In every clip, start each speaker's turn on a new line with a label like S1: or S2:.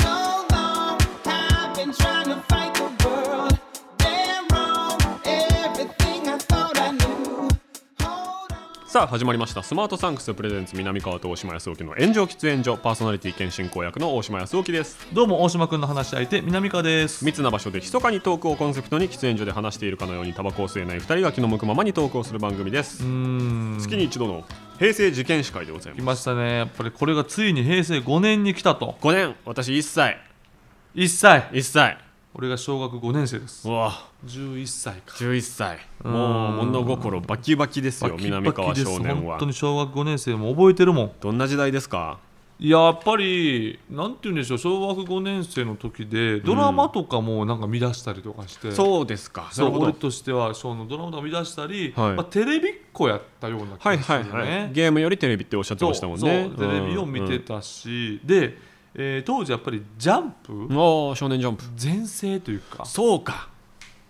S1: So long, I've been trying to fight the world. Damn wrong, everything I thought I knew. Hold on.
S2: さあ始まりましたスマートサンクスプレゼンツ南川と大島康沖の炎上喫煙所パーソナリティ兼進行役の大島康沖です
S3: どうも、大島くんの話し相手、南川です。
S2: 密な場所で密かにトークをコンセプトに喫煙所で話しているかのようにタバコを吸えない2人が気の向くままにトークをする番組です、
S3: うーん。
S2: 月に一度の平成事件司会でござい
S3: 来
S2: ます
S3: ましたね。やっぱりこれがついに平成5年に来たと。
S2: 5年私1歳
S3: 1歳。
S2: 1歳
S3: 俺が小学5年生です
S2: う。わ
S3: 11歳か。
S2: 11歳
S3: ん
S2: もう物心バキバキですよ南川少年
S3: 本
S2: は
S3: 当に小学5年生も覚えてるもん。
S2: どんな時代ですか
S3: いややっぱり、なんて言うんでしょう、小学5年生の時で、ドラマとかもなんか見出したりとかして。
S2: そうですかな
S3: そ
S2: る
S3: う
S2: ほど
S3: 俺としてはそのドラマとか見出したり、
S2: はい
S3: まあ、テレビっ子やったような気
S2: は
S3: が
S2: い
S3: す
S2: は
S3: る
S2: い
S3: よね、
S2: はいゲームよりテレビっておっしゃって
S3: そ
S2: ま
S3: う
S2: し
S3: そ
S2: たも
S3: うん
S2: ね
S3: テレビを見て
S2: た
S3: たし、で、えー当時やっぱりジャンプ
S2: おー少年ジャンプ
S3: 全盛というか
S2: そうか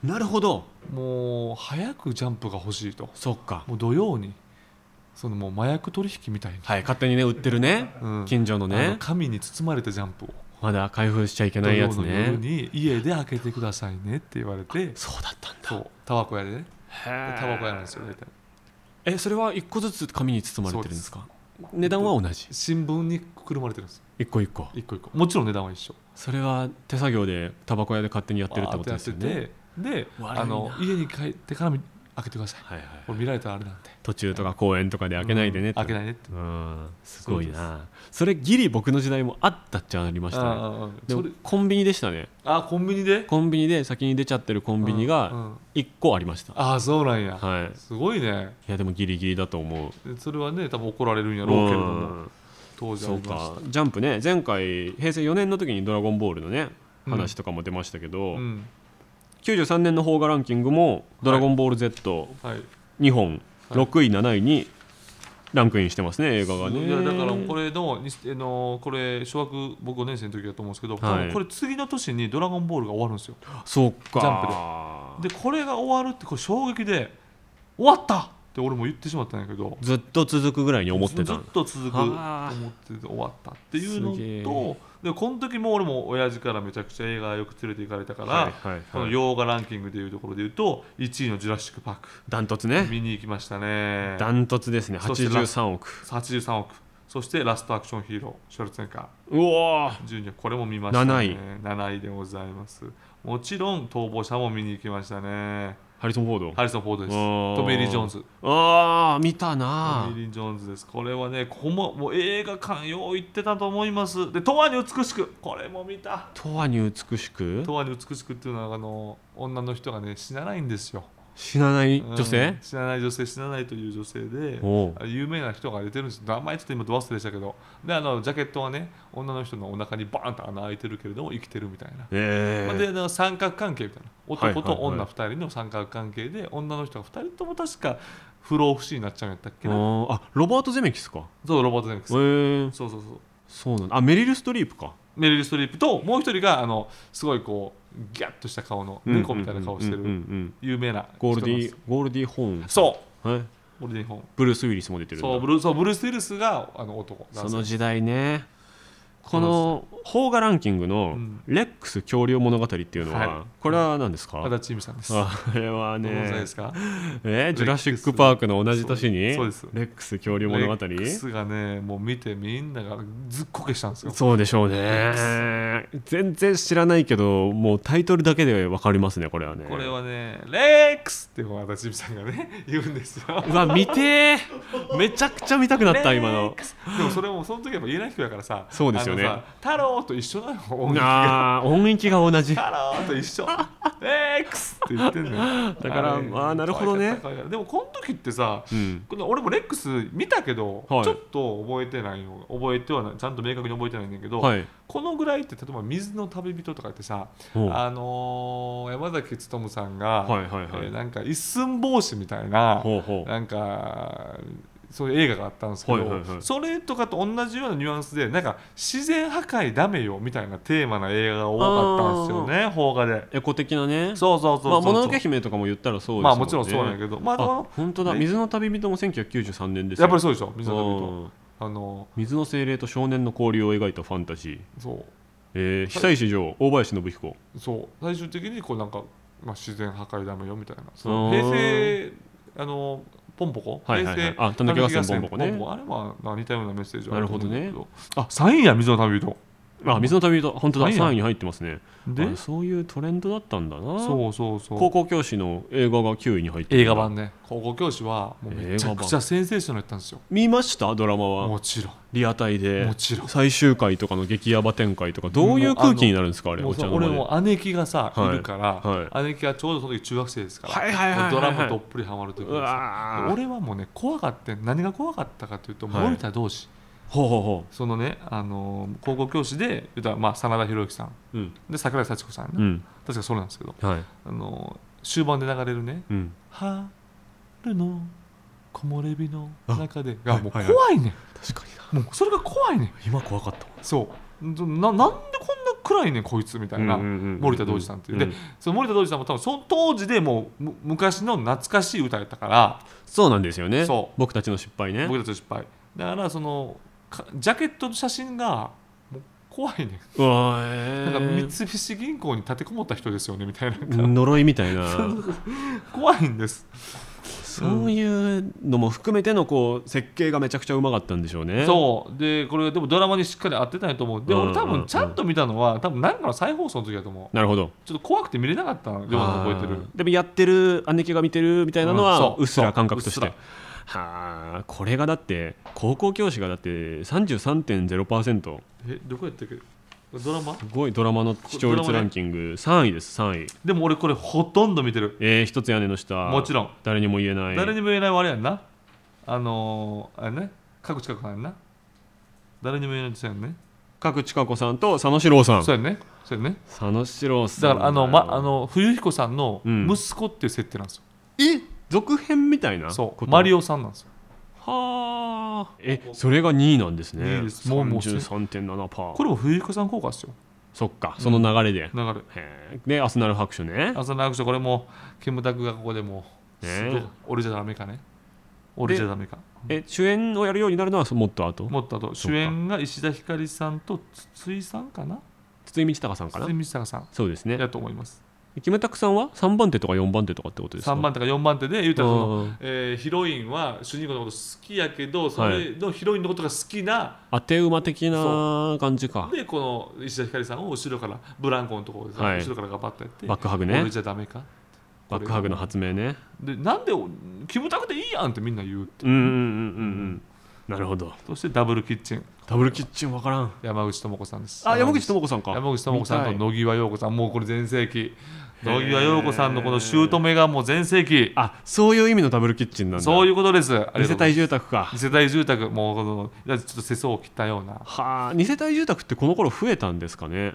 S2: なるほど
S3: もう早くジャンプが欲しいと
S2: そっか
S3: もう土曜にそのもう麻薬取引みたいな、
S2: はい勝手にね売ってるね、
S3: うん
S2: 近所の
S3: あの
S2: ね
S3: 神に包まれたジャンプを
S2: まだ開封しちゃいけ
S3: 土
S2: ない
S3: 曜
S2: やつ
S3: の
S2: ね
S3: 夜に家で開けてくださいねって言われて
S2: そうだったんだ
S3: そうタバコ屋でねタバコ屋なんですよ大体
S2: えそれは一個ずつ紙に包まれてるんですか値段は同じ
S3: 新聞にくるまれてるんです
S2: 一個一個
S3: 一個一個もちろん値段は一緒
S2: それは手作業でタバコ屋で勝手にやってるってことですよ
S3: わー
S2: ね
S3: ってやっててで
S2: 悪いな
S3: あの家に帰ってから開けてください、
S2: はいはい
S3: これ見られたらあれなんで
S2: 途中とか公園とかで開けないでね
S3: う
S2: って
S3: ん開けないねって
S2: うんすごいなそれギリ僕の時代もあったっちゃありました
S3: あ
S2: ね
S3: あああ
S2: で
S3: そ
S2: も
S3: れ
S2: コンビニでしたね
S3: あコンビニで
S2: コンビニで先に出ちゃってるコンビニ
S3: うんう
S2: が
S3: ん
S2: 1個ありました、
S3: ああそうなんや、
S2: はい
S3: すごいね
S2: いやでもギリギリだと思う
S3: でそれはね多分怒られるんやろうけれど
S2: う
S3: も
S2: ん
S3: 当時あ
S2: そ
S3: り
S2: う
S3: ました
S2: かジャンプね前回平成4年の時に「ドラゴンボール」のね
S3: うん
S2: 話とかも出ましたけど、
S3: うん
S2: 93年の邦画ランキングも「ドラゴンボール Z」
S3: はい
S2: 2本
S3: はい
S2: 6位7位にランクインしてますね映画がね
S3: いやだからこれのにあのこれ小学僕5年生の時だと思うんですけど、
S2: はい
S3: 多分これ次の年に「ドラゴンボール」が終わるんですよ
S2: そうか
S3: ジャでこれが終わるってこれ衝撃で「終わった!」って俺も言ってしまったんやけど
S2: ずっと続くぐらいに思って
S3: ず
S2: た
S3: っ
S2: ん
S3: と続くと
S2: あー
S3: 思ってて終わったっていうの
S2: すげえ
S3: とでこの時も俺も親父からめちゃくちゃ映画よく連れて行かれたから、
S2: はいはいはい
S3: この洋画ランキングでいうところでいうと1位の「ジュラシック・パーク
S2: ダントツ」ね
S3: 見に行きましたね
S2: ダントツですね
S3: そしてラス
S2: 83億
S3: 83億そしてラストアクションヒーローショルツェンカ
S2: うわー
S3: ージュニアこれも見ましたね
S2: 7位
S3: 7位でございますもちろん逃亡者も見に行きましたね
S2: ハリソン・フォード
S3: ハリソン・フォードです
S2: あー
S3: トミー・リー・ジョーンズ
S2: ああ見た
S3: ト
S2: な
S3: ミー・リー・ジョーンズですこれはねここももう映画館よう行ってたと思いますで「永遠に美しく」これも見た
S2: とわに美しく
S3: 「永遠に美しく」っていうのはあの女の人がね死なないんですよ
S2: 死なない女
S3: う
S2: 性
S3: ん、死なない女性死なないという女性で
S2: おう
S3: あ有名な人が出てるんです名前ちょっと今ド忘れでしたけどであのジャケットはね女の人のお腹にバーンと穴開いてるけれども生きてるみたいな、
S2: え
S3: まあであの三角関係みたいな
S2: はい
S3: 男と
S2: はい
S3: 女
S2: はい
S3: 2人の三角関係で女の人が2人とも確か不老不死になっちゃうんやったっけ
S2: え
S3: な
S2: あロバート・ゼメキスか
S3: そうロボットゼミックス
S2: えー、
S3: そうそうそう
S2: そうなんだあメリル・ストリープか
S3: メリル・ストリープともう一人があのすごいこうギャッとした顔の猫みたいな顔して
S2: うんうんうん
S3: る
S2: うん
S3: 有名な人
S2: ゴール
S3: なん
S2: デ
S3: で
S2: ィ
S3: す
S2: ゴールディ・ホーン
S3: そう
S2: はい
S3: ゴールディホーン
S2: ブルース・ウィリスも出てるんだ
S3: そうブルーそうブルース・ウィルスがあの男
S2: その時代ねこ
S3: そう
S2: の邦画ランキングの
S3: うん
S2: 「レックス恐竜物語」っていうのは、
S3: はい
S2: これは何ですか、
S3: 足立由美さんです。
S2: あれは
S3: ご存知
S2: ね
S3: ですか
S2: え
S3: レックス
S2: ジュラシック・パークの同じ年に
S3: そうです
S2: レックス恐竜物語
S3: レックスがね、もう見てみんながずっこけしたんですよ。
S2: そうでしょうね全然知らないけどもうタイトルだけで分かりますねこれはね
S3: これはね、レックスってこう足立由美さんがね、 言うんですよ。
S2: うわ見てーめちゃくちゃ見たくなった今
S3: レ
S2: の
S3: ックスでもそれもその時は言えない人やからさ、
S2: そうですよね
S3: あのさ太郎と一緒なの、音楽が。
S2: あー音域が同じ
S3: 太郎と一緒。レックスって言ってんのよ。
S2: だから
S3: れ
S2: あーなるほどね
S3: 可愛かった可愛かったでもこの時ってさ、
S2: うん
S3: この俺もレックス見たけど、
S2: はい
S3: ちょっと覚えてないの覚えてはないちゃんと明確に覚えてないんだけど、
S2: はい
S3: このぐらいって例えば「水の旅人」とかってさ、
S2: うん
S3: あのー山崎努さんが、
S2: はいはいはい
S3: えーなんか一寸法師みたいな
S2: ほうほう
S3: なんかそういう映画があったんですけど、
S2: はいはいはい
S3: それとかと同じようなニュアンスでなんか自然破壊ダメよみたいなテーマな映画が多かったんですよね邦画で
S2: エコ的なね
S3: そうそうそうそう
S2: まあ、もののけ姫とかも言ったらそうです
S3: まあもちろんそうなんや
S2: ど
S3: けど、まあ、で
S2: あ
S3: も
S2: 本当だ、
S3: ね
S2: 水の旅人も1993年です
S3: やっぱり
S2: そ
S3: そうでしょ水野さんと
S2: ん
S3: あの
S2: 水の精霊と少年の交流を描いたファンタジー、
S3: そう
S2: えー、被災市場大林信彦
S3: そう最終的にこうなんか、まあ、自然破壊ダメよみたいなそうの
S2: ーん
S3: 平成あのポンポコ、
S2: はいはいはい
S3: 平成
S2: あたぬき合戦ポンポコね
S3: あれはまあ似たようなメッセージはあと思うんだけ
S2: なるほ
S3: あサインや水の旅人
S2: あ水の旅人本当だ
S3: はいはい
S2: 3位に入ってますね
S3: で
S2: あそういうトレンドだったんだな
S3: そうそうそう
S2: 高校教師の映画が9位に入ってる
S3: 映画版ね高校教師はもうめちゃくちゃセンセーショナルやったんですよ
S2: 見ましたドラマは
S3: もちろん
S2: リアタイで
S3: もちろん
S2: 最終回とかの激ヤバ展開とかどういう空気になるんですかあれお
S3: もう
S2: 茶
S3: さ
S2: の間
S3: 俺
S2: で
S3: も姉貴がさ、
S2: はい
S3: い、るから、
S2: は
S3: 姉貴がちょうどその時中学生ですから、
S2: はいはいはいはい
S3: もうドラマどっぷりハマる時です
S2: うわー
S3: 俺はもうね怖かった何が怖かったかというと、
S2: はい
S3: 森田同士
S2: ほうほうほ
S3: そのね、あのー高校教師で言うたら、まあ、真田広之さん
S2: ううん
S3: で桜井幸子さんね、
S2: うん
S3: 確かそうなんですけど、
S2: はい
S3: あのー終盤で流れるね
S2: うん
S3: 「春の木漏れ日の中で」
S2: あ
S3: がもう
S2: はい
S3: 怖
S2: はい
S3: いね
S2: 確かになん
S3: もうそれが怖いねん
S2: 今怖かった
S3: そうななんでこんな暗いねんこいつみたいな、森田童子さんっていう、
S2: う
S3: でその森田童子さんも多分その当時でもうむ昔の懐かしい歌やったから
S2: そうなんですよね
S3: そう
S2: 僕たちの失敗ね
S3: 僕たちの失敗だからそのかジャケットの写真がもう怖いね
S2: うわー
S3: なんか三菱銀行に立てこもった人ですよねみたいななんか
S2: 呪いみたいな
S3: 怖いんです
S2: そういうのも含めてのこう設計がめちゃくちゃうまかったんでしょうね
S3: そうでこれがでもドラマにしっかり合ってたんやと思うで
S2: うん
S3: 俺多分ちゃんと見たのは多分何かの再放送の時だと思う
S2: なるほど
S3: ちょっと怖くて見れなかったようなの覚えてる
S2: あーでもやってる姉貴が見てるみたいなの
S3: うん
S2: は
S3: そう
S2: うっすら感覚とし
S3: そう
S2: て
S3: うっ
S2: はあこれがだって高校教師がだって33.0%
S3: えどこやったっけドラマ
S2: すごいドラマの視聴率ランキング3位です3位
S3: でも俺これほとんど見てる
S2: えー、一つ屋根の下
S3: もちろん
S2: 誰にも言えない
S3: 誰にも言えないあれやんなあのー、あれね各近くさんやんな誰にも言えないですよね
S2: 角千佳子さんと佐野史郎さん
S3: そうやねそうやね
S2: 佐野史郎さ
S3: だ
S2: ん
S3: からあの、ま、あの冬彦さんの
S2: うん
S3: 息子っていう設定なんですよ、
S2: え続編みたいな
S3: そうマリ
S2: オ
S3: オさんなんですよ
S2: はあえそれが2位なんですね
S3: 二位ですもうもう
S2: 33.7%
S3: これも冬彦さん効果ですよ
S2: そっかその流れで、
S3: 流れ
S2: へーでアスナル白書ね
S3: 朝のアクションこれもキムタクがここでもう、
S2: ね
S3: すごい俺じゃダメかね俺じゃダメか
S2: え主演をやるようになるのはそもっと後
S3: もっとあと
S2: そうか
S3: 主演が石田ひかりさんと筒井さんかな
S2: 筒井道隆さんかな
S3: 筒井道隆さん
S2: そうですね
S3: やと思います
S2: キムタクさんは3番手とか4番手とかってことですか
S3: 3番手か4番手で言うたらその
S2: うん
S3: えーヒロインは主人公のこと好きやけどそれのヒロインのことが好きな、
S2: 当て馬的な感じか
S3: でこの石田ひかりさんを後ろからブランコのところでさ、
S2: はい
S3: 後ろからガバッとやって
S2: バックハグね
S3: 俺じゃダメか
S2: バックハグの発明ね
S3: でなんでキムタクでいいやんってみんな言うって
S2: うんうんうんうんうんなるほど
S3: そしてダブルキッチン
S2: ダブルキッチンわからん
S3: 山口智子さんです
S2: あ山口智子さんか
S3: 山口智子さん
S2: 見
S3: と
S2: たい
S3: 野際陽子さんもうこれ全盛期
S2: へー
S3: 野際陽子さんのこの姑がもう全盛期
S2: あそういう意味のダブルキッチンなんだ
S3: そう
S2: う
S3: いうことですあり
S2: 二世
S3: がとうござい
S2: 帯住宅か
S3: ます二世帯住宅もうこのいやちょっと世相を切ったような
S2: はあ二世帯住宅ってこの頃増えたんですかね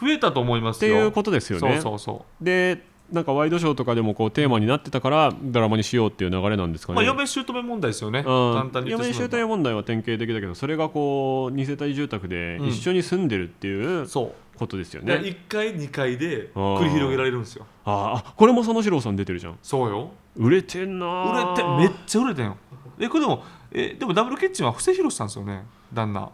S3: 増えたと思いま
S2: っ
S3: す
S2: て
S3: よ
S2: いうことですよね
S3: そうそうそう
S2: でなんかワイドショーとかでもこうテーマになってたからドラマにしようっていう流れなんですかね、
S3: まあ、嫁姑問題ですよね、
S2: うん
S3: 簡単に言っ
S2: 嫁
S3: てしま
S2: 集
S3: えば
S2: 帯問題は典型的だけどそれがこう二世帯住宅で
S3: うん
S2: 一緒に住んでるっていう
S3: そ
S2: ことですよ
S3: う、
S2: ね、
S3: ね、1回2回で
S2: あー
S3: 繰り広げられるんですよ
S2: ああこれも佐野史郎さん出てるじゃん
S3: そうよ
S2: 売れてんな
S3: 売れてめっちゃ売れてんよえこれでもえでもダブルキッチンは布施宏さんですよね旦那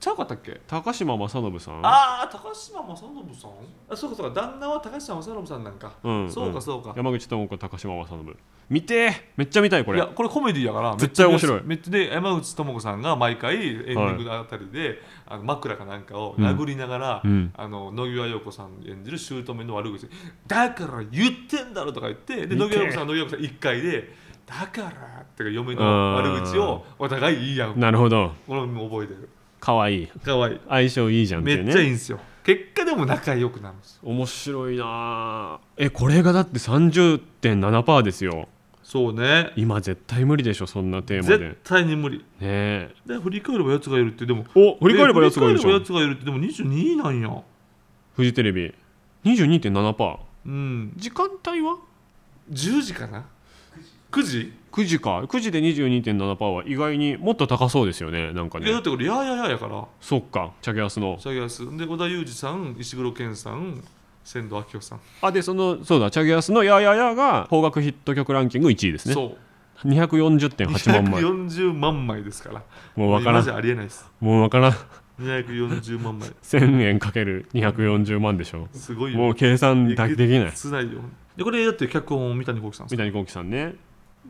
S3: ちゃうかったっけ
S2: 高島正信さん
S3: ああ高島正信さんあそうかそうか旦那は高島正信さんなんか、
S2: うん
S3: そうかそうか、
S2: 山口智子高島正信見てーめっちゃ見たいこ
S3: い
S2: れ
S3: やこれコメディやから
S2: 絶対面白い
S3: めっちゃで山口智子さんが毎回エンディングのあたりで、あの枕かなんかを殴りながら、
S2: うんうん
S3: あの野際陽子さん演じる姑の悪口だから言ってんだろとか言ってで
S2: 見
S3: 野
S2: て
S3: 際陽子さんは野際陽子さん1回でだからってか嫁の悪口をお互い言い合う
S2: なるほど
S3: 俺も覚えてる
S2: かわいい
S3: かわいい
S2: 相性いいじゃんって
S3: め
S2: いう
S3: っ
S2: ね
S3: ちゃいいんですよ結果でも仲良くなるんですよ
S2: 面白いなーえこれがだって30.7%ですよ
S3: そうね
S2: 今絶対無理でしょそんなテーマでね
S3: 絶対に無理
S2: え
S3: で振り返ればやつがいるってでも
S2: お振り返ればやつがいる
S3: え
S2: でし
S3: 振り返れば
S2: ょ
S3: やつがいるってでも22位なんや
S2: フジテレビ22.7%
S3: うん
S2: 時間帯は
S3: 10時かな9時
S2: 9時か9時で22.7%は意外にもっと高そうですよねなんか
S3: いやだっ
S2: ね
S3: てこれやーやーやーやから
S2: そっかチャゲアスの
S3: チャゲアスで織田裕二さん石黒賢さん千堂明夫さん、
S2: あでそのそうだチャゲアスの「やーやーやー」が邦楽ヒット曲ランキング1位ですね
S3: そう
S2: 240.8万枚
S3: 240万枚ですから
S2: もうわから
S3: マジ
S2: ん
S3: ありえないです
S2: もうわからん
S3: 240万枚
S2: 1000円かける240万でしょ
S3: すごいよ
S2: もう計算だけできない
S3: つないよでこれだって脚本を三谷幸喜さんです
S2: 三谷幸喜さんね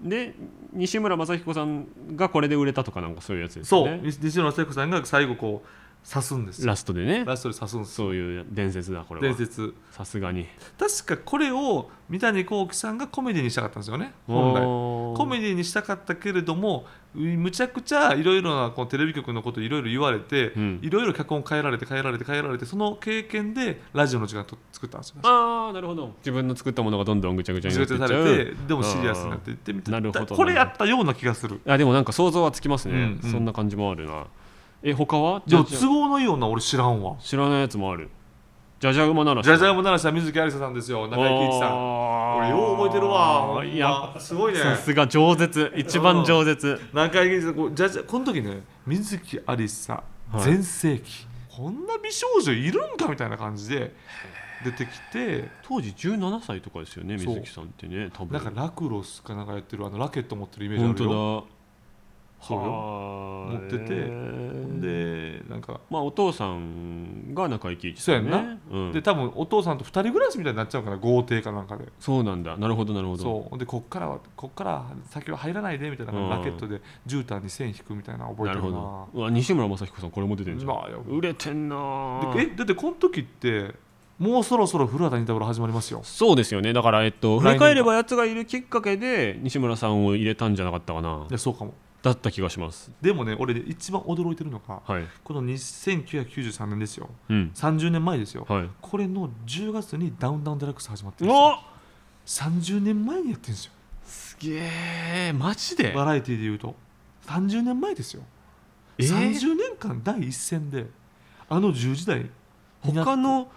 S2: で西村雅彦さんがこれで売れたとかなんかそういうやつです
S3: そ
S2: よ
S3: う、
S2: ね
S3: 西西野聖子さんが最後こう刺すんですよ
S2: ラストでね
S3: ラストで刺すんですよ
S2: そういう伝説だこれ
S3: 伝
S2: は
S3: 説
S2: さすがに
S3: 確かこれを三谷幸喜さんがコメディにしたかったんですよね本来コ
S2: コ
S3: メディにしたかったけれどもうむちゃくちゃいろいろなこうテレビ局のこといろいろ言われて
S2: うん
S3: いろいろ脚本変えられて変えられて変えられてその経験でラジオの時間と作ったんですよ
S2: ああなるほど自分の作ったものがどんどんぐちゃぐちゃに
S3: 自
S2: なって
S3: 分
S2: いっちゃ
S3: でされて
S2: う
S3: でもシリアスになっていってみたい
S2: なるほど
S3: これやったような気がする
S2: あーあでもなんか想像はつきますね、
S3: うんうん
S2: そんな感じもあるなえ他は
S3: でも
S2: じゃあ
S3: 都合のいいような俺知らんわ
S2: 知らないやつもあるじゃじゃ馬なら
S3: ジャジャ
S2: ゃ
S3: ウムならした水木有沙さんですよ中井貴一さん俺
S2: 俺
S3: よう覚えてるわ
S2: い
S3: い
S2: や
S3: やすごいね
S2: さすが饒舌一番饒舌
S3: 中井貴一さんこうジャジャこの時ね水木有沙
S2: はい
S3: 全盛期、こんな美少女いるんかみたいな感じで出てきて
S2: 当時17歳とかですよね
S3: そう
S2: 水木さんってね多分
S3: なんかラクロスかなんかやってるあのラケット持ってるイメージあ
S2: 本
S3: るよ
S2: 当だ
S3: そうよ
S2: はー
S3: 持ってて
S2: へー
S3: でなんか
S2: まあお父さんが中井貴一さんね
S3: そうやんな
S2: うん
S3: で多分お父さんと二人暮らしみたいになっちゃうから豪邸かなんかで
S2: そうなんだなるほどなるほど
S3: そうでこっからはこっから先は入らないでみたいな感じで
S2: うん
S3: ラケットで絨毯に線引くみたいなの覚え
S2: な
S3: て
S2: る
S3: る
S2: ほ
S3: な
S2: どうわ西村雅彦さんこれも出てるじゃん、
S3: まあよ
S2: 売れてんなー
S3: でえだってこの時ってもうそろそろ古畑任太郎始まりますよ
S2: そうですよねだからえっと振
S3: 来年か
S2: り返ればやつがいるきっかけで西村さんを入れたんじゃなかったかない
S3: やそうかも
S2: だった気がします
S3: でもね俺ね一番驚いてるのが
S2: はい
S3: この1993年ですよ
S2: うん
S3: 30年前ですよ、
S2: はい
S3: これの10月にダウンダウンデラックス始まってるんですよ
S2: お
S3: 30年前にやってるんですよ
S2: すげえマジで
S3: バラエティーで言うと30年前ですよ、
S2: えー、
S3: 30年間第一線であの10時代
S2: 他の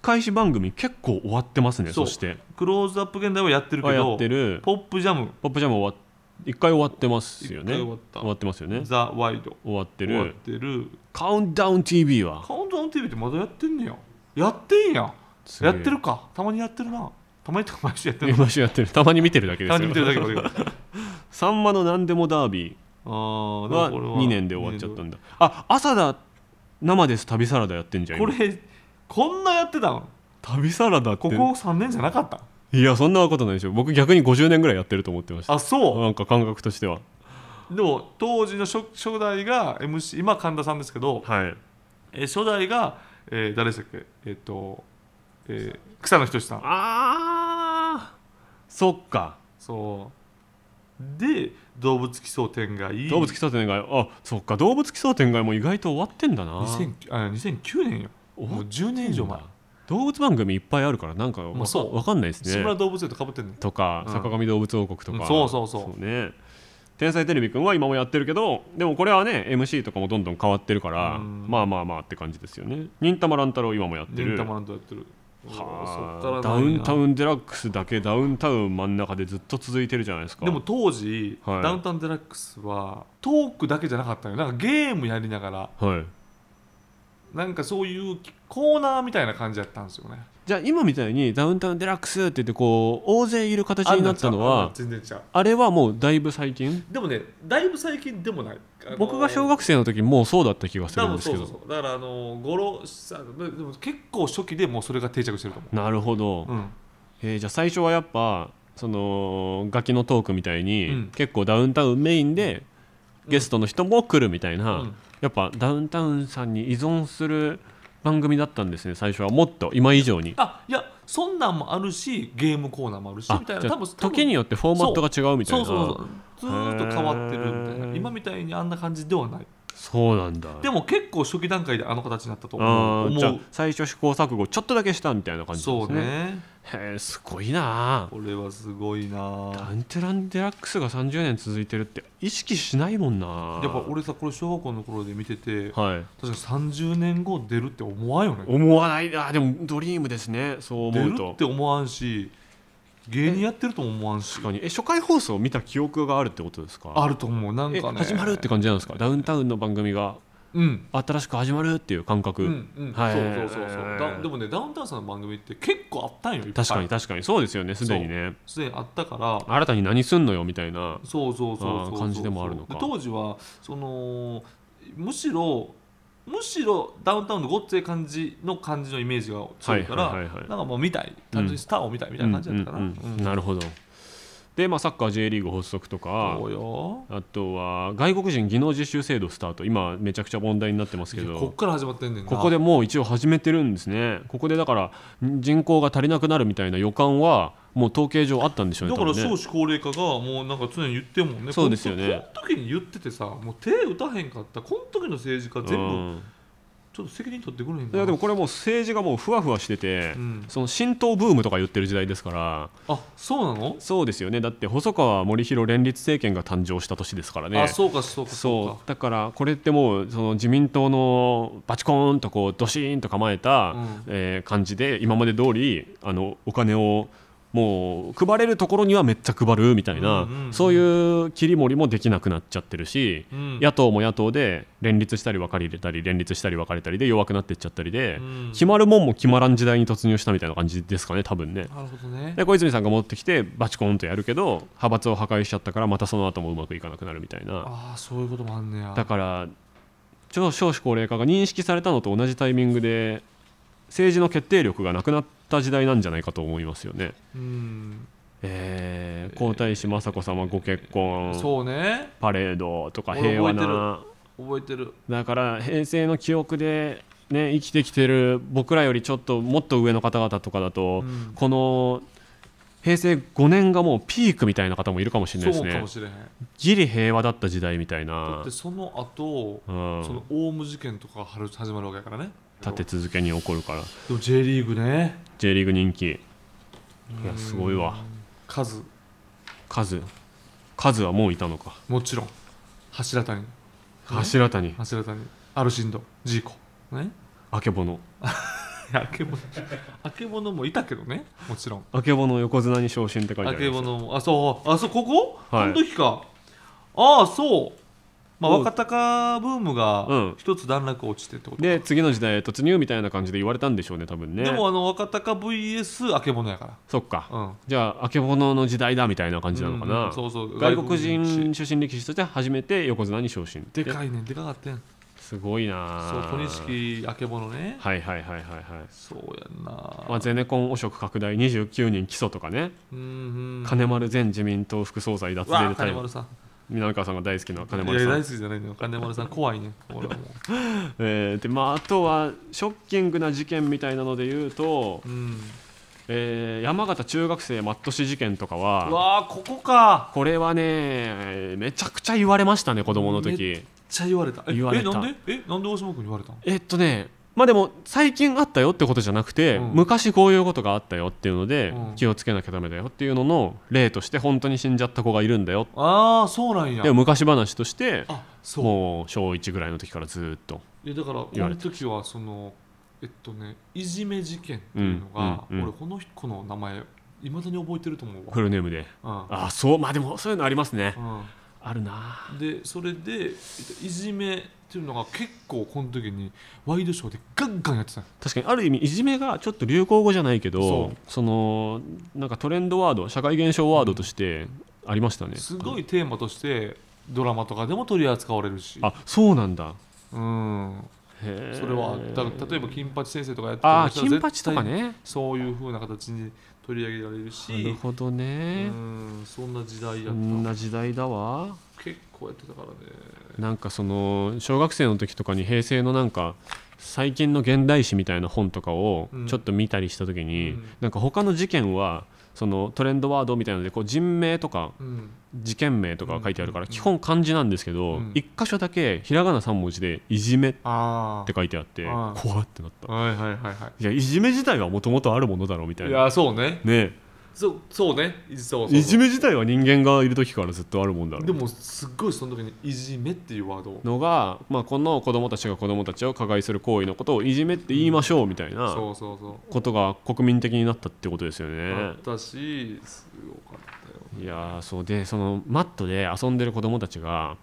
S2: 開始番組結構終わってますね
S3: そ
S2: そうして
S3: クローズアップ現代はやってるけ
S2: あや
S3: ど
S2: ってる
S3: ポップジャム
S2: ポップジャム終わっ一回終わってますよ
S3: 一
S2: ね
S3: 回終
S2: 終
S3: わった、
S2: わってますよね
S3: ザ・ワイド
S2: 終わって
S3: 終わっ
S2: る
S3: てる
S2: カウントダウン TV は
S3: カウントダウン TV ってまだやってんねややってんや
S2: すげ
S3: や
S2: え
S3: ってるかたまにやってるなたまにとか毎週やってるな
S2: 今週やってるたまに見てるだけです
S3: た
S2: よ
S3: まに見てるだけこ れがあ
S2: さんまの何でもダービー
S3: ーで
S2: は
S3: もこれは
S2: 2年で終わっちゃったんだあ朝だ生です旅サラダやってんじゃん
S3: こ
S2: 今
S3: れこんなやってたの
S2: 旅サラダって
S3: ここ3年じゃなかった
S2: いやそんなことないでしょ僕逆に50年ぐらいやってると思ってました
S3: あそ
S2: なんか感覚としては
S3: うでも当時の初初代が MC 今神田さんですけど、
S2: はい
S3: えー初代が、えー誰でしたっけえっ、と、えー草野仁さん
S2: あーそっか
S3: そうで動物奇想天外
S2: 動物奇想天外あそっか動物奇想天外も意外と終わってんだな
S3: 2009あ2009年よもう10年以上前
S2: 動物番組いっぱいあるからなんかわ
S3: まあ
S2: か,、
S3: そう
S2: かんないです
S3: 志
S2: ね
S3: 村動物園とかぶってんねん
S2: とか、
S3: うん
S2: 坂上動物王国とか、
S3: うんそうそうそう
S2: ね天才テレビくんは今もやってるけどでもこれはね MC とかもどんどん変わってるから、
S3: うん
S2: まあまあまあって感じですよね忍たま乱太郎今もやって
S3: 忍
S2: る
S3: たまなんとやってる
S2: は
S3: そっから
S2: あダウンタ
S3: ン
S2: ウンデラックスだけダウンタウン真ん中でずっと続いてるじゃないですか
S3: でも当時、
S2: はい
S3: ダウンタウンデラックスはトークだけじゃなかったよなんかゲームやりながら
S2: はい
S3: なんかそういうコーナーみたいな感じやったんですよね
S2: じゃあ今みたいにダウンタウンデラックスって言ってこう大勢いる形になったの
S3: あん
S2: は
S3: なんちゃうあんなん全然違う
S2: あれはもうだいぶ最近
S3: でもねだいぶ最近でもないあのー
S2: 僕が小学生の時もうそうだった気がす
S3: 多
S2: るん
S3: 分
S2: ですけ
S3: そう
S2: ど
S3: そうそうだからあのー五郎さんでも結構初期でもうそれが定着してると思
S2: なるほど、
S3: う、うん、
S2: えーじゃあ最初はやっぱそのガキのトークみたいに、
S3: うん
S2: 結構ダウンタウンメインでゲストの人も来るみたいな、
S3: うん
S2: やっぱダウンタウンさんに依存する番組だったんですね最初はもっと今以上に
S3: あいやそんなんもあるしゲームコーナーもあるし
S2: あ
S3: みたい
S2: じゃ
S3: な
S2: あ
S3: 多分
S2: 時によってフォーマットが違うみたい
S3: そう
S2: な
S3: そうそうずーっと変わってるみたい
S2: へ
S3: な
S2: ー
S3: 今みたいにあんな感じではない
S2: そうなんだ
S3: でも結構初期段階であの形になったと思
S2: あ
S3: う
S2: ー
S3: 思
S2: じゃあ
S3: う
S2: 最初試行錯誤ちょっとだけしたみたいな感じなん
S3: そ
S2: で
S3: う
S2: すね
S3: ね
S2: へえすごいなあ
S3: これはすごい
S2: ダ
S3: なぁ
S2: ウンタウンデラックスが30年続いてるって意識しないもんな
S3: やっぱ俺さこれ小学校の頃で見て
S2: はい
S3: て確かに30年後出るって思わんよね
S2: 思わないあでもドリームですねそう
S3: 出
S2: 思
S3: る
S2: うと
S3: って思わんし芸人やってるとも思わんし
S2: 確かにえ初回放送を見た記憶があるってことですか
S3: あると思うなん
S2: え
S3: かね
S2: 始まるって感じなんですかダウンタウンの番組が
S3: うん
S2: 新しく始まるっていう感覚、
S3: うんうん、
S2: はい
S3: そうそうそうそうだでもねダウンタウンさんの番組って結構あったんよいっぱい
S2: 確かに確かにそうですよねすでにね
S3: すでにあったから
S2: 新たに何すんのよみたいな
S3: そうそうそうそ
S2: あー
S3: う
S2: 感じでもあるのか
S3: で当時はそのむしろむしろダウンタウンのごっつい感じの感じのイメージが強いから、
S2: はいはいはいはい
S3: なんかもう見たい単純にスターを見たいみたいな感じだったかな、
S2: うんうんうんなるほどで、まあ、サッカー J リーグ発足とか
S3: そうよ
S2: あとは外国人技能実習制度スタート今めちゃくちゃ問題になってますけど
S3: こっから始まってんねんな
S2: ここでもう一応始めてるんですねここでだから人口が足りなくなるみたいな予感はもう統計上あったんでしょうね
S3: だから
S2: 多分ね
S3: 少子高齢化がもうなんか常に言ってるもんね
S2: そうですよね
S3: この時に言っててさもう手打たへんかったこの時の政治家
S2: う
S3: 全部
S2: ん
S3: ちょっと責任取ってくれへん
S2: い
S3: かな
S2: やでもこれもう政治がもうふわふわしてて、
S3: うん
S2: その浸透ブームとか言ってる時代ですから
S3: あそうなの、
S2: そうですよねだって細川森弘連立政権が誕生した年ですからね
S3: あそうかそうかそうか
S2: そうだからこれってもうその自民党のバチコーンとこうドシーンと構えた、
S3: うん
S2: えー感じで今まで通りあのお金をもう配れるところにはめっちゃ配るみたいな、
S3: うんうんうん
S2: そういう切り盛りもできなくなっちゃってるし、
S3: うん
S2: 野党も野党で連立したり分かれたり連立したり分かれたりで弱くなってっちゃったりで、
S3: うん
S2: 決まるもんも決まらん時代に突入したみたいな感じですかね多分ね。
S3: なるほどね
S2: で小泉さんが持ってきてバチコーンとやるけど派閥を破壊しちゃったからまたその後もうまくいかなくなるみたいな
S3: ああそういうこともあんねや
S2: だから超少子高齢化が認識されたのと同じタイミングで政治の決定力がなくなった時代なんじゃないかと思いますよね。
S3: うん
S2: えー、皇太子雅子様ご結婚、
S3: そうね
S2: パレードとか
S3: 俺
S2: 平和な
S3: 覚覚えてる
S2: だから平成の記憶で、ね、生きてきてる僕らよりちょっともっと上の方々とかだと、
S3: うん
S2: この平成5年がもうピークみたいな方もいるかもしれないで
S3: そ
S2: す
S3: うか
S2: ね
S3: もしれへん
S2: ギリ平和だった時代みたい
S3: だっ
S2: な
S3: て。その後
S2: うん
S3: そのオウム事件とかはる始まるわけやからね
S2: 立て続けに起こるから
S3: でも J リーグね
S2: J リーグ人気いやすごいわ
S3: 数
S2: 数数はもういたのか
S3: もちろん柱谷
S2: 柱谷
S3: 柱谷アルシンドジーコね
S2: あけぼの
S3: いやあけぼのあけぼのもいたけどねもちろん
S2: あけぼの横綱に昇進って書いてあ
S3: あ
S2: ります
S3: けぼのもあそうあそうここ、
S2: はい
S3: この時かああそうまあ
S2: おう
S3: 若鷹ブーム
S2: う
S3: が
S2: ん
S3: 一つ段落落ちてってことか
S2: で次の時代へ突入みたいな感じで言われたんでしょうね多分ね
S3: でもあの若鷹 VS あけぼのやか
S2: そっか、
S3: らうん
S2: じゃああけぼのの時代だみたいな感じなのかな、
S3: うんそうそう
S2: 外国人出身力士として初めて横綱に昇進
S3: でかいねんでかかってん
S2: すごいな
S3: そう
S2: あ
S3: 小錦あけぼのね
S2: はいはいはいはいはい、
S3: そうやんな
S2: まあ、ゼネコン汚職拡大29人起訴とかね、
S3: うんうん
S2: 金丸前自民党副総裁脱
S3: うわ
S2: 税で
S3: 金
S2: 逮捕
S3: 丸さん
S2: 南川さんが大好きな金
S3: い
S2: 丸
S3: や
S2: さ
S3: 大
S2: ん
S3: 好きじゃないのよ金丸さん怖いね俺はもう
S2: えーでまあ、あとはショッキングな事件みたいなので言うと、
S3: うん
S2: えー山形中学生マット氏事件とか
S3: う
S2: は
S3: わあここか
S2: これはねえーめちゃくちゃ言われましたね子供の時
S3: めっちゃ言われたえ
S2: 言われた
S3: えなんでえなんで大島君に言われたの
S2: えっとねまあでも最近あったよってことじゃなくて、
S3: うん
S2: 昔こういうことがあったよっていうので、
S3: うん
S2: 気をつけなきゃダメだよっていうのの例として本当に死んじゃった子がいるんだよ
S3: ああそうなんや
S2: でも昔話として
S3: あそう
S2: もう小1ぐらいの時からずっと
S3: いやだからこ
S2: 言われ
S3: の
S2: て
S3: 時はそのえっとねいじめ事件っていうのが、
S2: うんうんうん
S3: 俺この子の名前いまだに覚えてると思う
S2: フルネームで
S3: わ、
S2: ああそうまあでもそういうのありますね
S3: うんうん
S2: あるな
S3: でそれでえっといじめっていうのが結構この時にワイドショーでガンガンやってたの
S2: 確かにある意味いじめがちょっと流行語じゃないけど
S3: そ
S2: そのなんかトレンドワード社会現象ワードとしてありましたね、
S3: すごいテーマとしてドラマとかでも取り扱われるし
S2: あそうなんだ
S3: うん
S2: へー
S3: それはだ例えば金八先生とかやって
S2: ああ
S3: 人は
S2: 金八とか
S3: 絶対
S2: ね
S3: そういうふうな形に取り上げられ
S2: な
S3: る
S2: る
S3: し
S2: ほど
S3: う
S2: ね
S3: んそんな時代や
S2: こ
S3: っ
S2: んな時代だわ
S3: た結構やってたからね
S2: なんかその小学生の時とかに平成のなんか最近の現代史みたいな本とかを
S3: うん
S2: ちょっと見たりした時に、
S3: うん
S2: なんか他の事件はそのトレンドワードみたいなのでこう人名とか
S3: うん、
S2: 事件名とかが書いてあるから
S3: うん
S2: 基本漢字なんですけど、
S3: うん
S2: 一箇所だけひらがな3文字で「いじめ」っ
S3: あ
S2: て書いてあって
S3: あー
S2: 怖ってなった
S3: あはいはいはいはい
S2: やいじめ自体はもともとあるものだろうみた
S3: い
S2: い
S3: い
S2: な
S3: やそうね
S2: ね
S3: そうそうねそうそうそう
S2: いじめ自体は人間がいる時からずっとあるもんだろう
S3: でもすっごいその時に「いじめ」っていうワードを
S2: のが、まあ、この子供たちが子供たちを加害する行為のことをいじめって言いましょうみたいな
S3: そうそうそう
S2: ことが国民的になったってことですよ
S3: あ
S2: ね
S3: っ。たしすごかったよ
S2: いやーそうでそのマットで遊んでる子供たちが、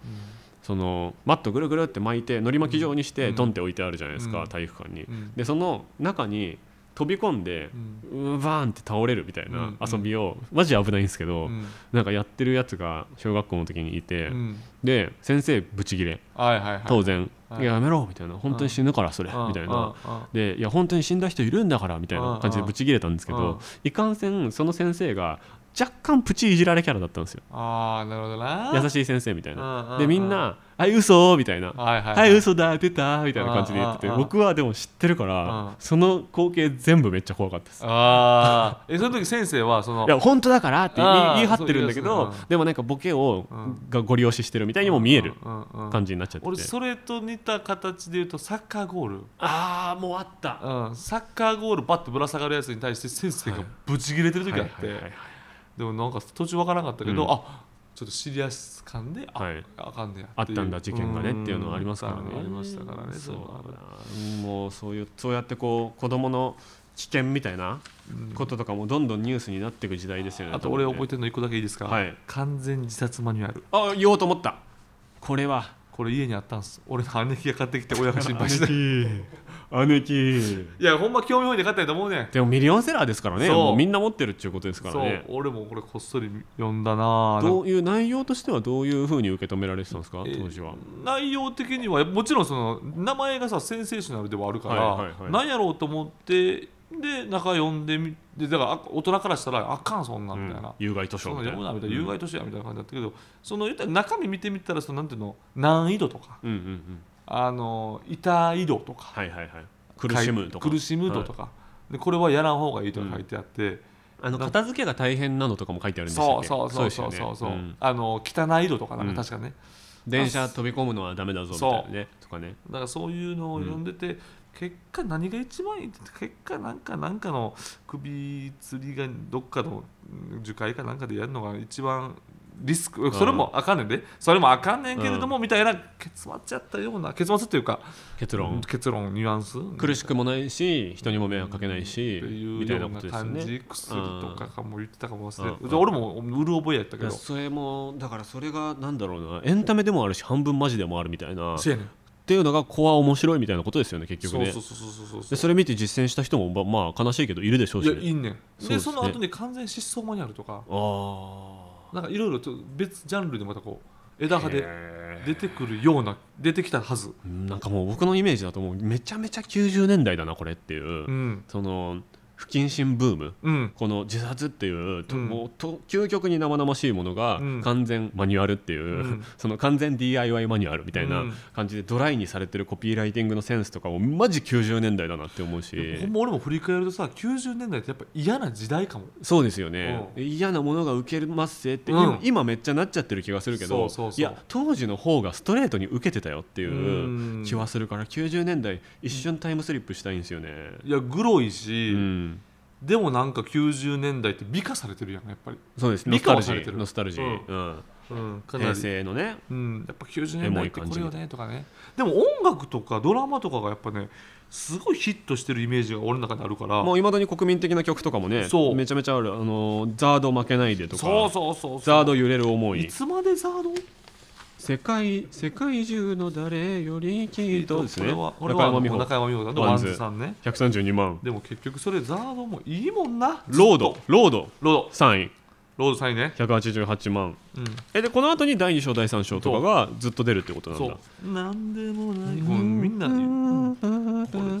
S2: そのマットぐるぐるって巻いてのり巻き状にして
S3: うん
S2: ドンって置いてあるじゃないですか、
S3: うん
S2: 体育館に。
S3: うん
S2: でその中に飛び込んで、うバーンって倒れるみたいな遊びを、マジ危ないんですけど、
S3: うん
S2: なんかやってるやつが小学校の時にいて、
S3: うん
S2: で先生ブチギレ
S3: はいはいはい
S2: 当然、
S3: はい
S2: いややめろみたいな本当に死ぬからそれ
S3: うん
S2: みたい
S3: うん
S2: な
S3: うん
S2: でいや本当に死んだ人いるんだからみたいな感じでブチギレたんですけ
S3: うんうん
S2: どいかんせんその先生が若干プチいじられキャラだったんですよ
S3: ああなるほどな
S2: 優しい先生みたい
S3: うんうん
S2: なでみんな「あい嘘みたいな「
S3: はいはい
S2: はい嘘だ出た」みたいな感じで言って
S3: う
S2: て
S3: んうんうん
S2: 僕はでも知ってるか
S3: うん
S2: らその光景全部めっちゃ怖かったです
S3: ああえその時先生はその
S2: いや本当だからって言い
S3: あー
S2: 言い張ってるんだけ
S3: そう
S2: ど
S3: 言い出す
S2: でもなんかボケを
S3: うん
S2: がご利用ししてるみたいにも見える
S3: うんうんうん
S2: 感じになっちゃって
S3: 俺
S2: て
S3: それと似た形で言うとサッカーゴール、
S2: ああもうあった
S3: うん、サッカーゴールバッとぶら下がるやつに対して先生がブチ切れてる時あって、
S2: はいはいはい
S3: でもなんか途中わからなかったけど、
S2: うん
S3: あちょっとシリアス感であ,、
S2: はい
S3: あかんねや
S2: あって
S3: いう
S2: たんだ事件がねっていうのはありますからね
S3: うんありましたからね
S2: そ
S3: そうういうのはある
S2: だなもうそういうそうやってこう子供の危険みたいなこととかもどんどんニュースになっていく時代ですよね
S3: あと俺覚え
S2: て
S3: てるの一個だけいいですか、
S2: はい
S3: 完全自殺マニュアル
S2: あ言おうと思ったこれは
S3: これ家にあったんです俺の姉貴が買ってきて親が心配し て
S2: 姉貴
S3: いやほんま興味本位で買ったんやと思うねん
S2: でもミリオンセラーですからね
S3: そう
S2: もうみんな持ってるっていうことですから
S3: そう
S2: ね
S3: 俺もこれこっそり読んだなぁ
S2: どういう内容としてはどういうふうに受け止められてたんですか
S3: えー
S2: 当時は
S3: 内容的にはもちろんその名前がさセンセーショナルではあるから、
S2: はいはいはい
S3: なんやろうと思ってで中読んでみでだからあ大人からしたらあかんそんな
S2: うん
S3: みたいな、
S2: 有害図
S3: そ
S2: 書
S3: んな
S2: みた
S3: ん
S2: い
S3: 読むな
S2: な
S3: みたいな有害都市やみたいな感じだったけど、その言ったら中身見てみたらそのなんていうの難易度とか
S2: うんうんうん
S3: あの痛い度とか
S2: はいはいはい苦しむとか
S3: 苦しむ度とか、でこれはやらん方がいいとか書いてあって、
S2: あの片付けが大変なのとかも書いてあるんです
S3: そ
S2: よ
S3: う
S2: ね
S3: そうそうそうそうそう、あの汚い度とかなんか確かね、
S2: 電車飛び込むのはダメだぞみたいなねとかね
S3: だからそういうのを読んでて、結果何が一番いいって結果なんかなんかの首吊りがどっかのうん樹海かなんかでやるのが一番リスク
S2: ん
S3: それもあかんねんでそれもあかんねんけれども、みたいな結末やったような結末というか
S2: 結論
S3: 結論ニュアンス
S2: 苦しくもないし人にも迷惑かけないし
S3: ってい
S2: み
S3: う
S2: たい
S3: よ
S2: なこ
S3: うな
S2: とですよ
S3: 感じ
S2: ね
S3: 薬とかかも言ってたかも忘れ
S2: うん
S3: て俺もうる覚えやったけど
S2: それもだからそれがなんだろうなエンタメでもあるし半分マジでもあるみたいなっ
S3: そうやねん
S2: ていうのがコア面白いみたいなことですよね結
S3: そ
S2: 局
S3: う
S2: ね
S3: そうそうそうそうそ
S2: で
S3: う
S2: それ見て実践した人もままあ悲しいけどいるでしょう
S3: い
S2: し
S3: やい
S2: ね
S3: いねん
S2: そう
S3: で
S2: です
S3: そ
S2: ね
S3: の後に完全失踪マニュアルとか
S2: あ
S3: なんかいろいろと別ジャンルでまたこう枝
S2: あ
S3: 葉で出てくるような出てきたはず、
S2: なんかもう僕のイメージだともうめちゃめちゃ90年代だなこれっていう
S3: うん
S2: その不謹慎ブーム
S3: うん、
S2: この自殺っていう、と
S3: うん
S2: もうと究極に生々しいものが
S3: うん
S2: 完全マニュアルっていう、
S3: うん
S2: その完全 DIY マニュアルみたいうなん感じでドライにされてるコピーライティングのセンスとかもマジ90年代だなって思う
S3: ほ
S2: し
S3: んま俺も振り返るとさ90年代ってやっぱ嫌な時代かも
S2: そうですよね
S3: う
S2: 嫌なものが受けますせって、
S3: うん
S2: 今今めっちゃなっちゃってる気がするけど
S3: そうそうそう
S2: いや当時の方がストレートに受けてたよっていううん気はするから90年代一瞬タイムスリップしたいんですよね。
S3: いやグロいし、
S2: うん
S3: でもなんか90年代って美化されてるやんやっぱり、
S2: そうですノ
S3: 美
S2: ス
S3: 化
S2: タ
S3: は
S2: ルジ
S3: されて
S2: ー
S3: る
S2: ノスタルジー、うん
S3: うん、かなり
S2: 平成のね
S3: うん、やっぱ90
S2: エ
S3: 年
S2: モ
S3: 代っ
S2: い
S3: て
S2: 感
S3: こ
S2: じ
S3: れよねとかねでも音楽とかドラマとかがやっぱねすごいヒットしてるイメージが俺の中にあるから
S2: もういまだに国民的な曲とかもね
S3: そう
S2: めちゃめちゃある「あのーザード負けないで」とか
S3: そうそうそう
S2: ザー
S3: ド
S2: ド揺れる思
S3: い
S2: い」
S3: つまでザード
S2: 世界「世界中の誰よりきっと」です
S3: こ
S2: ね
S3: れは
S2: 中
S3: これは
S2: 山美
S3: もう
S2: 穂
S3: 中山美穂さんの
S2: ワ
S3: ワ
S2: ン
S3: ン
S2: ズ
S3: ズさんね
S2: 132万
S3: でも結局それザードもいいもんな
S2: ロードロード
S3: ロード
S2: 3位
S3: ロード3位ね、
S2: 188万
S3: うん、
S2: えでこの後に第2章第3章とかがずっと出るってことなん
S3: そ
S2: だ
S3: うなんでもないこれみんなに、うん、これ幸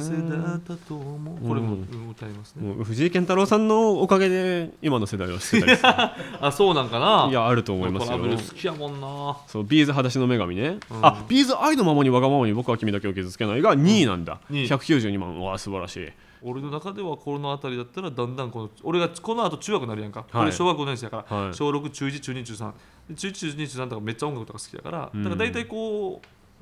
S3: せだったと思うこれも、
S2: うん
S3: うん歌いますね、
S2: もう藤井健太郎さんのおかげで今の世代はしてたりす る
S3: あそうなんかない
S2: やあると思います
S3: ト
S2: よ
S3: ラブル好きやもんな
S2: そうビーズ裸足の女神ね、あビーズ愛のままにわがままに僕は君だけを傷つけないが2位なんだ、
S3: 二位
S2: 192万うわ素晴らしい
S3: 俺の中ではこの辺りだったらだんだんこの俺がこの後中学になるやんか、
S2: はい
S3: 俺小学5年生やから、
S2: はい
S3: 小6中1中2中3で中1中2中3とかめっちゃ音楽とか好きやから、
S2: うん
S3: だから大体こ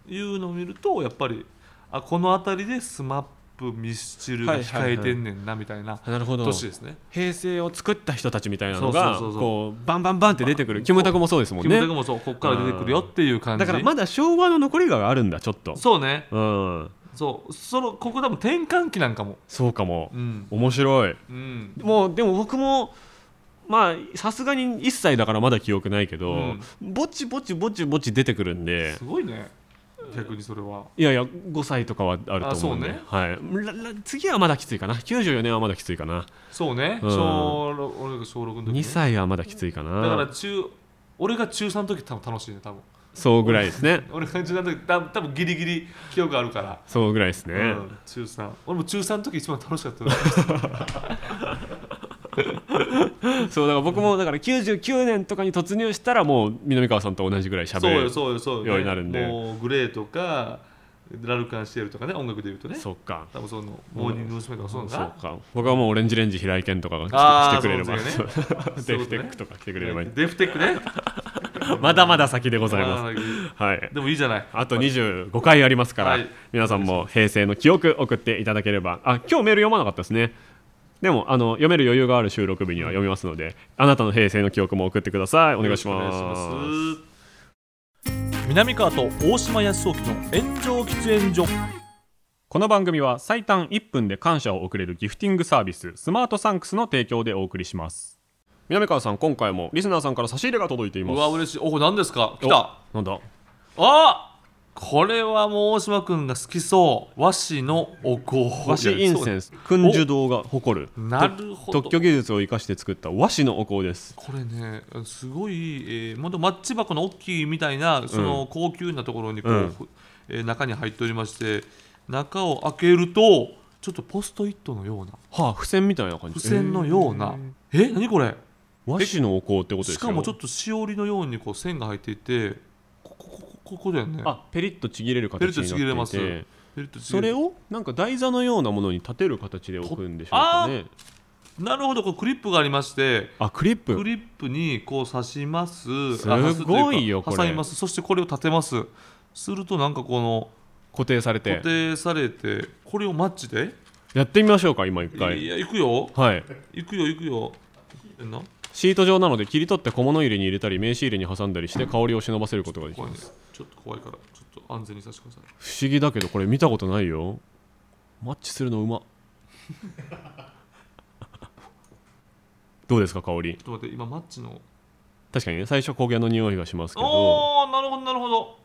S3: ういうのを見るとやっぱりあこの辺りでスマップミスチルが控えてんねんなみたいな
S2: なるほど
S3: 年ですね。
S2: 平成を作った人たちみたいなのが
S3: そうそうそうそう
S2: こうバンバンバンって出てくるキムタクもそうですもん
S3: キム
S2: ね
S3: タクもそうこっから出てくるよっていう感じ
S2: だからまだ昭和の残りがあるんだちょっと
S3: そうね
S2: うん
S3: そうそのここ多分転換期なんかも
S2: そうかも
S3: うん、
S2: 面白い
S3: うん、
S2: もうでも僕もまあさすがに1歳だからまだ記憶ないけど、
S3: うん
S2: ぼちぼちぼちぼち出てくるんです
S3: ごいね逆にそれはい
S2: やいや5歳とかはあると思うんで、
S3: あそうね
S2: はい、らら次はまだきついかな94年はまだきついかな
S3: そうね、
S2: うん
S3: 小六俺が小6の時、ね、
S2: 2歳はまだきついかな
S3: だから中俺が中3の時多分楽しいね多分
S2: そうぐらいですね
S3: 俺が中3の時多分多分ギリギリ記憶あるから、
S2: そうぐらいですね、
S3: うん、中3俺も中3の時一番楽し かったよ
S2: そうだから僕もだから99年とかに突入したらもう南川さんと同じぐらい
S3: そう
S2: 喋
S3: よ
S2: る
S3: そうよそうよ、ね、
S2: ようになるんで
S3: もうグレーとかラルカンシエルとかね音楽で言うとね
S2: そっか
S3: 多分そのモーニング娘。とかそうなの
S2: そ
S3: か
S2: う
S3: な
S2: か僕はもうオレンジレンジ平井堅とかが
S3: あ
S2: 来
S3: ー
S2: て来てくれれば、
S3: そうです
S2: そうデフテックとか来てくれればいい
S3: デフテックね
S2: まだまだ先でござい
S3: あ
S2: ま
S3: ー
S2: すはい
S3: でもいいじゃない
S2: あと25回ありますから、
S3: はい
S2: 皆さんも平成の記憶送っていただければあ今日メール読まなかったですねでもあの読める余裕がある収録日には読みますのであなたの平成の記憶も送ってくださいお願いします
S3: 南川と大島康雄の炎上喫煙所
S2: この番組は最短1分で感謝を送れるギフティングサービススマートサンクスの提供でお送りします南川さん今回もリスナーさんから差し入れが届いています
S3: うわ嬉しいおこれ何ですか来た
S2: おなんだ
S3: あこれはもう大島君が好きそう和紙のお香
S2: 和紙インセンス君主堂が誇る
S3: なるほど
S2: 特許技術を生かして作った和紙のお香です
S3: これねすごい、えー、ほんとマッチ箱の大きいみたいなその高級なところにこう、
S2: うん
S3: ふえー中に入っておりまして中を開けるとちょっとポストイットのような
S2: はあ付箋みたいな感じ
S3: 付箋のようなえ何これ
S2: 和紙のお香ってことですよ
S3: しかもちょっとしおりのようにこう線が入っていてここここここだよね
S2: あペリッとちぎれる形になっていて
S3: ペリッとちぎれますペリッと
S2: それ
S3: を
S2: をなんか台座のようなものに立てる形で置くんでしょうかね
S3: なるほどこうクリップがありまして
S2: あクリップ
S3: クリップにこう刺します
S2: す
S3: あ刺とうか
S2: ごいよこれ
S3: 挟みますそしてこれを立てますするとなんかこの
S2: 固定されて
S3: 固定されてこれをマッチで、
S2: やってみましょうか今一
S3: い、
S2: 回
S3: や行くよ
S2: はい
S3: 行くよ行くよえな
S2: シート状なので切り取って小物入れに入れたり名刺入れに挟んだりして香りを忍ばせることができ
S3: 怖い
S2: ま
S3: ね
S2: す
S3: ちょっと怖いからちょっと安全にさせてください
S2: 不思議だけどこれ見たことないよマッチするのうま どうですか香り
S3: ちょっと待って今マッチの
S2: 確かにね最初焦げの匂いがしますけど
S3: おおなるほどなるほど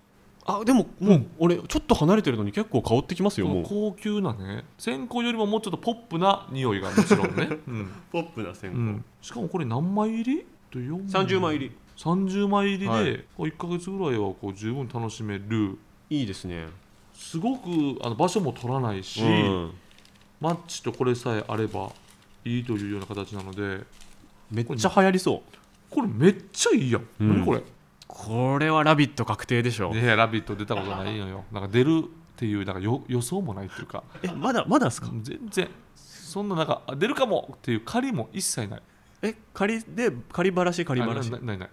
S2: あでももう俺ちょっと離れてるのに結構香ってきますよもう
S3: 高級なね線香よりももうちょっとポップな匂いがもちろ んね、うん
S2: ポップな線
S3: うんしかもこれ何枚入りと4
S2: 30枚入り
S3: 30枚入りで、
S2: はい
S3: こう1か月ぐらいはこう十分楽しめる
S2: いいですね
S3: すごくあの場所も取らないし、
S2: うん
S3: マッチとこれさえあればいいというような形なので
S2: めっちゃ流行りそう
S3: これめっちゃいいやん、
S2: うん
S3: 何これ
S2: これは「ラビット!」確定でしょ
S3: ねえ「ラビット!」出たことないのよなんか出るっていうなんかよ予想もないっていうか
S2: えまだまだですか
S3: 全然そんななんかあ出るかもっていう仮も一切ない
S2: え仮で仮ばらし仮ばらし
S3: あなないない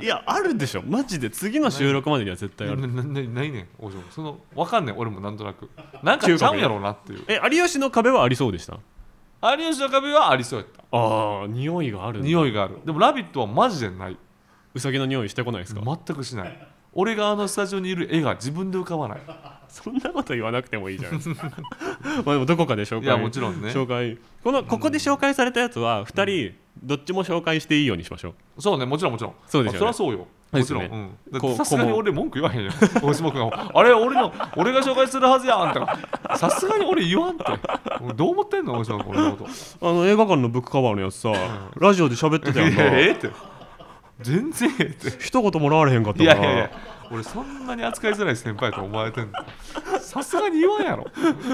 S2: いやあるでしょマジで次の収録までには絶対あ
S3: な
S2: る
S3: ななないねん王女その分かんねん俺もなんとなくなんかちゃうんやろうなっていう
S2: え有吉の壁はありそうでした
S3: 有吉の壁はありそうやった
S2: ああ匂いがある
S3: 匂いがあるでも「ラビット!」はマジでないう
S2: さぎの匂いしてこないですか、
S3: 全くしない俺があのスタジオにいる絵が自分で浮かばない
S2: そんなこと言わなくてもいいじゃないですか まあでもどこかで紹介
S3: いやもちろんね
S2: 紹介このここで紹介されたやつは2人どっちも紹介していいようにしましょう
S3: そうねもちろんもちろん
S2: そうですよね
S3: あそりゃそうよ
S2: そう
S3: も
S2: です
S3: ち
S2: よ
S3: ろん、
S2: ね
S3: うんだっ
S2: こう
S3: てさすがに
S2: こう
S3: 俺文句言わへんよ大島君が「あれ俺の俺が紹介するはずやん」とかさすがに俺言わんってどう思ってんの大島君俺のこと
S2: あの映画館のブックカバーのやつさラジオで喋ってたよ
S3: いやええ
S2: な
S3: って全然ええって
S2: 一言もらわれへんかった
S3: い
S2: か
S3: や
S2: ら
S3: いやいや俺そんなに扱いづらい先輩と思われてんのさすがに言わんやろ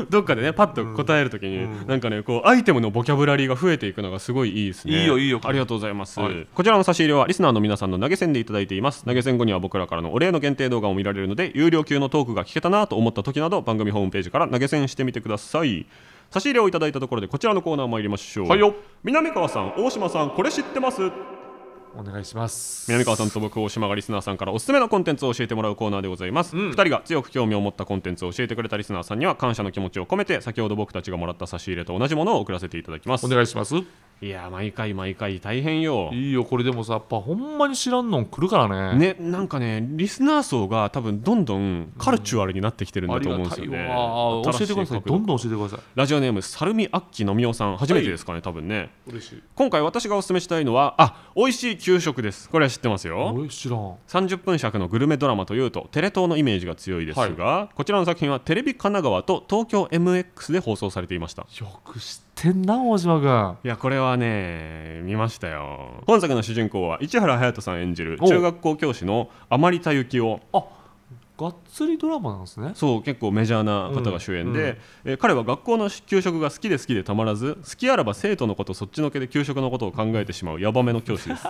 S2: どっかでねパッと答えるときに、なんかねこうアイテムのボキャブラリーが増えていくのがすごいいいですね
S3: いいよいいよ
S2: ありがとうございます、
S3: はい
S2: こちらの差し入れはリスナーの皆さんの投げ銭でいただいています投げ銭後には僕らからのお礼の限定動画も見られるので有料級のトークが聞けたなと思った時など番組ホームページから投げ銭してみてください差し入れをいただいたところでこちらのコーナー参りましょう
S3: はいよ
S2: 南川さん大島さんこれ知ってます
S3: お願いします
S2: 南川さんと僕大島がリスナーさんからおすすめのコンテンツを教えてもらうコーナーでございます、
S3: うん
S2: 2人が強く興味を持ったコンテンツを教えてくれたリスナーさんには感謝の気持ちを込めて先ほど僕たちがもらった差し入れと同じものを送らせていただきます
S3: お願いします
S2: いやー毎回毎回大変よ
S3: いいよこれでもさやっぱほんまに知らんのん来るからね
S2: ねなんかねリスナー層が多分どんどんカルチュアルになってきてるん
S3: あ
S2: だと
S3: り
S2: 思
S3: が
S2: うんで
S3: た
S2: す
S3: い
S2: よ
S3: わ
S2: ね
S3: あー教えてくださ
S2: 新
S3: い
S2: し角
S3: ど
S2: 度
S3: んどん教えてください
S2: ラジオネームサルミアッキのみおさん初めてですかね、多分ね
S3: 嬉しい
S2: 今回私がおすすめしたいのはあ美味しい給食ですこれは知ってますよ
S3: 俺知らん
S2: 30分尺のグルメドラマというとテレ東のイメージが強いですが、こちらの作品はテレビ神奈川と東京 MX で放送されていました
S3: よく知ってんな大島君
S2: いやこれはね見ましたよ本作の主人公は市原隼人さん演じる
S3: お
S2: 中学校教師の甘利田幸雄
S3: がっつりドラマなんですね
S2: そう結構メジャーな方が主演で、
S3: うんうん
S2: えー彼は学校の給食が好きで好きでたまらず好きあらば生徒のことそっちのけで給食のことを考えてしまうヤバめの教師です